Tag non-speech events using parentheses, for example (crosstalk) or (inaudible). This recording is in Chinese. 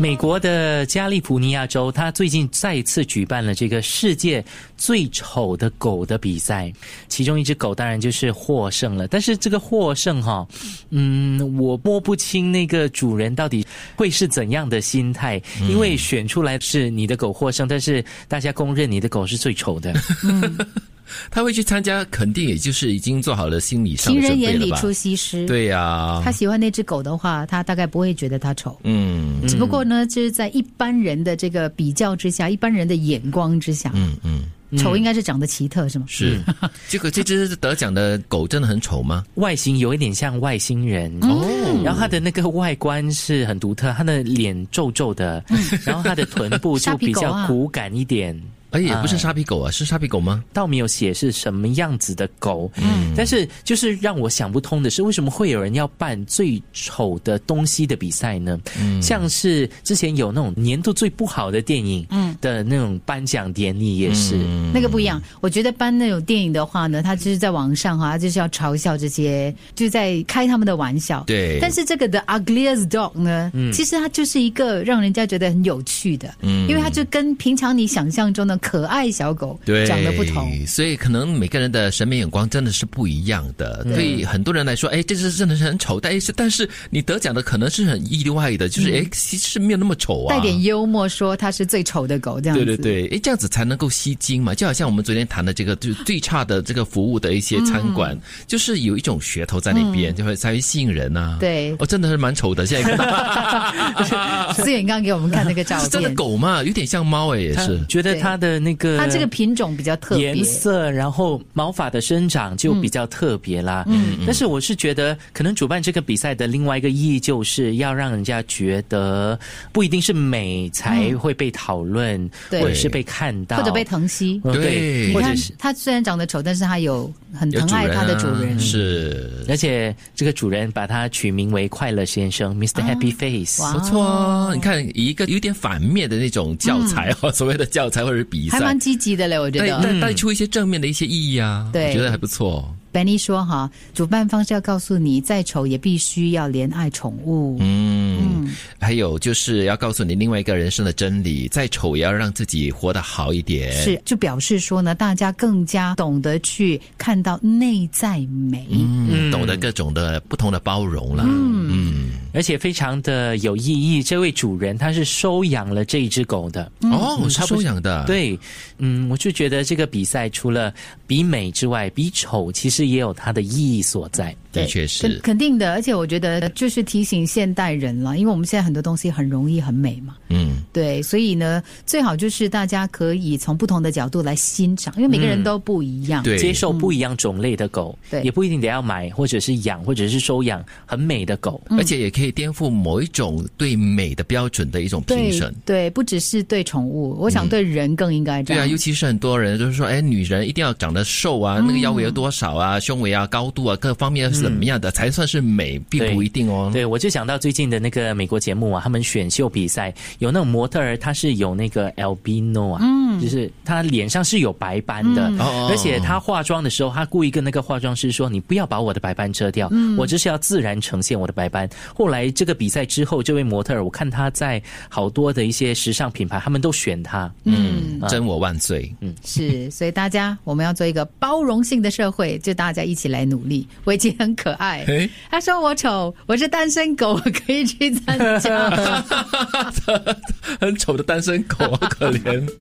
美国的加利福尼亚州，它最近再一次举办了这个世界最丑的狗的比赛，其中一只狗当然就是获胜了。但是这个获胜哈、嗯，我摸不清那个主人到底会是怎样的心态，因为选出来是你的狗获胜，但是大家公认你的狗是最丑的。他会去参加，肯定也就是已经做好了心理上情的人准备眼了里吧？出西施。对呀、他喜欢那只狗的话，他大概不会觉得它丑。嗯只不过呢，就是在一般人的这个比较之下，一般人的眼光之下，嗯嗯，丑应该是长得奇特，是吗？是。结果 (laughs) 这只得奖的狗真的很丑吗？外形有一点像外星人哦，然后它的那个外观是很独特，它的脸皱皱的，嗯然后它的臀部沙就皮比狗啊较骨感一 (laughs) 点。哎，也不是沙皮狗啊，是沙皮狗吗？倒没有写是什么样子的狗，嗯但是就是让我想不通的是，为什么会有人要办最丑的东西的比赛呢？嗯像是之前有那种年度最不好的电影的那种颁奖典礼也是，嗯嗯那个不一样。我觉得搬那种电影的话呢，他就是在网上哈、他就是要嘲笑这些，就在开他们的玩笑。对但是这个的 ugliest dog 呢，其实它就是一个让人家觉得很有趣的，嗯因为它就跟平常你想象中的可爱小狗对，长得不同。所以可能每个人的审美眼光真的是不一样的。对很多人来说，哎，这只真的是很丑，但是但是你得奖的可能是很意外的，就是哎、其实没有那么丑啊，嗯带点幽默说它是最丑的狗这样子。对对对，诶，这样子才能够吸睛嘛。就好像我们昨天谈的这个，就是最差的这个服务的一些餐馆，嗯就是有一种噱头在那边，就会才会吸引人呐、对哦，真的是蛮丑的， (laughs) 现在看思远刚给我们看那个照是 (laughs) 真的片，狗嘛，有点像猫哎，也他是。觉得它的那个它这个品种比较特别。颜色，然后毛发的生长就比较特别啦。嗯，但是我是觉得，可能主办这个比赛的另外一个意义，就是要让人家觉得不一定是美才会被讨论，对或者是被看到，或者被疼惜，嗯对对，你或看者是。它虽然长得丑，但是它有很有疼爱它的主啊人。是而且这个主人把它取名为“快乐先生 ”，Mr. Happy Face。啊哇不错哦。你看，以一个有点反面的那种教材哦， (laughs) 所谓的教材或者是比嗯还赛蛮，积极的嘞，我觉带得。带带出一些正面的一些意义啊，对我觉得还不错。 Benny 说哈，主办方是要告诉你，再丑也必须要怜爱宠物。嗯，还有就是要告诉你另外一个人生的真理，再丑也要让自己活得好一点。是，就表示说呢，大家更加懂得去看到内在美。嗯，懂得各种的不同的包容啦。嗯而且非常的有意义。这位主人他是收养了这一只狗的，哦，是收养的，，对，嗯，我就觉得这个比赛除了比美之外，比丑其实也有它的意义所在。的确肯是。肯定的，而且我觉得就是提醒现代人了，因为我们现在很多东西很容易很美嘛，嗯，对，所以呢，最好就是大家可以从不同的角度来欣赏，因为每个人都不一样。对，接受不一样种类的狗，对也不一定得要买，或者是养，或者是收养很美的狗。而且也可以颠覆某一种对美的标准的一种评对审。对，不只是对宠物，我想对人更应该这对啊，样。尤其是很多人就是说，哎，女人一定要长得瘦啊，那个腰围有多少啊，胸围啊，高度啊，各方面是怎么样的、才算是美，并不一定哦。对，我就想到最近的那个美国节目啊，他们选秀比赛有那种模特儿，他是有那个 albino 啊，就是他脸上是有白斑的，哦哦哦而且他化妆的时候，他故意跟那个化妆师说：“你不要把我的白斑遮掉，我就是要自然呈现我的白斑。”后来这个比赛之后，这位模特儿，我看他在好多的一些时尚品牌，他们都选他。嗯，真我万岁。是，所以大家我们要做一个包容性的社会，就大家一起来努力。维吉很可爱哎，他说我丑，我是单身狗，我可以去参加。 (laughs) 很丑的单身狗，好可怜。